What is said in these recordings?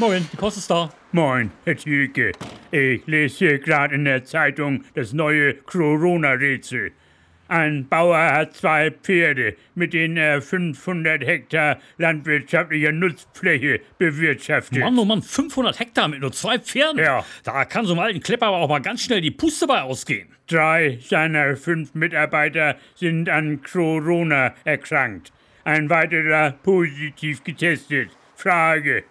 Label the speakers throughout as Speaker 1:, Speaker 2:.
Speaker 1: Moin, die Kost ist da.
Speaker 2: Moin, Herr Thielke. Ich lese hier gerade in der Zeitung das neue Corona-Rätsel. Ein Bauer hat zwei Pferde, mit denen er 500 Hektar landwirtschaftlicher Nutzfläche bewirtschaftet.
Speaker 1: Mann, oh Mann, 500 Hektar mit nur zwei Pferden.
Speaker 2: Ja.
Speaker 1: Da kann so einem alten Klepper aber auch mal ganz schnell die Puste bei ausgehen.
Speaker 2: Drei seiner fünf Mitarbeiter sind an Corona erkrankt. Ein weiterer positiv getestet. Frage: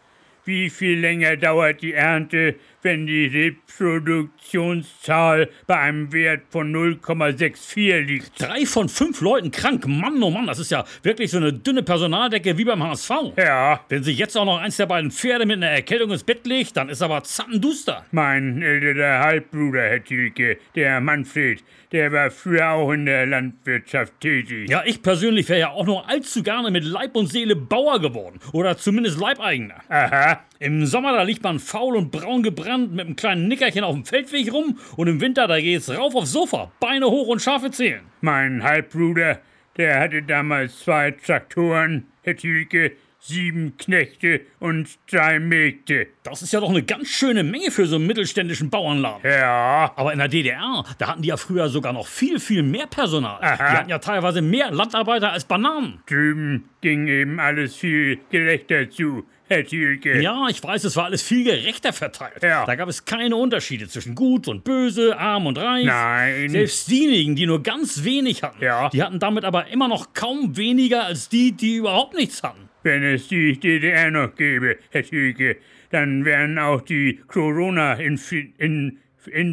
Speaker 2: Wie viel länger dauert die Ernte, wenn die Reproduktionszahl bei einem Wert von 0,64 liegt?
Speaker 1: Drei von fünf Leuten krank. Mann, oh Mann, das ist ja wirklich so eine dünne Personaldecke wie beim HSV.
Speaker 2: Ja,
Speaker 1: Wenn sich jetzt auch noch eins der beiden Pferde mit einer Erkältung ins Bett legt, dann ist aber zappenduster.
Speaker 2: mein älterer Halbbruder, Herr Thielke, der Manfred, der war früher auch in der Landwirtschaft tätig.
Speaker 1: Ja, ich persönlich wäre ja auch nur allzu gerne mit Leib und Seele Bauer geworden. Oder zumindest Leibeigener.
Speaker 2: Aha,
Speaker 1: Im Sommer, da liegt man faul und braun gebrannt mit einem kleinen Nickerchen auf dem Feldweg rum. Und im Winter, da geht's rauf aufs Sofa, Beine hoch und Schafe zählen.
Speaker 2: Mein Halbbruder, der hatte damals zwei Traktoren, Herr Thielke, sieben Knechte und drei Mägde.
Speaker 1: Das ist ja doch eine ganz schöne Menge für so einen mittelständischen Bauernladen.
Speaker 2: Ja,
Speaker 1: Aber in der DDR, da hatten die ja früher sogar noch viel, viel mehr Personal.
Speaker 2: Aha.
Speaker 1: Die hatten ja teilweise mehr Landarbeiter als Bananen.
Speaker 2: drüben ging eben alles viel gerechter zu, Herr Thielke.
Speaker 1: Ja, ich weiß, es war alles viel gerechter verteilt.
Speaker 2: Ja.
Speaker 1: Da gab es keine Unterschiede zwischen gut und böse, arm und reich.
Speaker 2: Nein.
Speaker 1: Selbst diejenigen, die nur ganz wenig hatten,
Speaker 2: Ja.
Speaker 1: die hatten damit aber immer noch kaum weniger als die, die überhaupt nichts hatten.
Speaker 2: Wenn es die DDR noch gäbe, Herr Thielke, dann wären auch die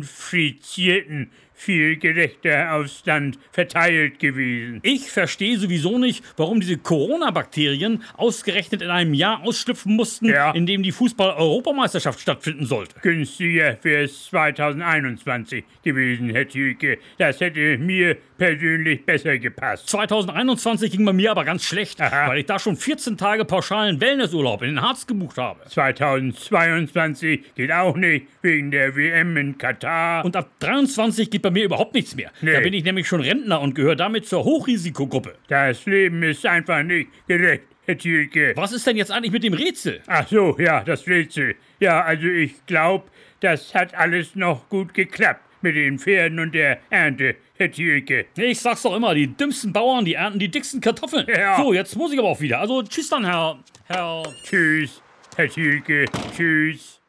Speaker 2: Corona-Infizierten viel gerechter aufs Land verteilt gewesen.
Speaker 1: Ich verstehe sowieso nicht, warum diese Corona-Bakterien ausgerechnet in einem Jahr ausschlüpfen mussten,
Speaker 2: Ja.
Speaker 1: in dem die Fußball-Europameisterschaft stattfinden sollte.
Speaker 2: günstiger fürs 2021 gewesen, Herr Tüke. Das hätte mir persönlich besser gepasst.
Speaker 1: 2021 ging bei mir aber ganz schlecht,
Speaker 2: Aha.
Speaker 1: weil ich da schon 14 Tage pauschalen Wellnessurlaub in den Harz gebucht habe.
Speaker 2: 2022 geht auch nicht wegen der WM in Katar.
Speaker 1: Und ab 23 geht bei mir überhaupt nichts mehr.
Speaker 2: Nee.
Speaker 1: Da bin ich nämlich schon Rentner und gehöre damit zur Hochrisikogruppe.
Speaker 2: Das Leben ist einfach nicht gerecht, Herr Tüke.
Speaker 1: Was ist denn jetzt eigentlich mit dem Rätsel?
Speaker 2: Ach so, ja, das Rätsel. Ja, also ich glaube, das hat alles noch gut geklappt mit den Pferden und der Ernte, Herr Tüke.
Speaker 1: Nee, Ich sag's doch immer, die dümmsten Bauern, die ernten die dicksten Kartoffeln.
Speaker 2: Ja.
Speaker 1: So, jetzt muss ich aber auch wieder. Also tschüss dann, Herr. Herr.
Speaker 2: Tschüss, Herr Tüke. Tschüss.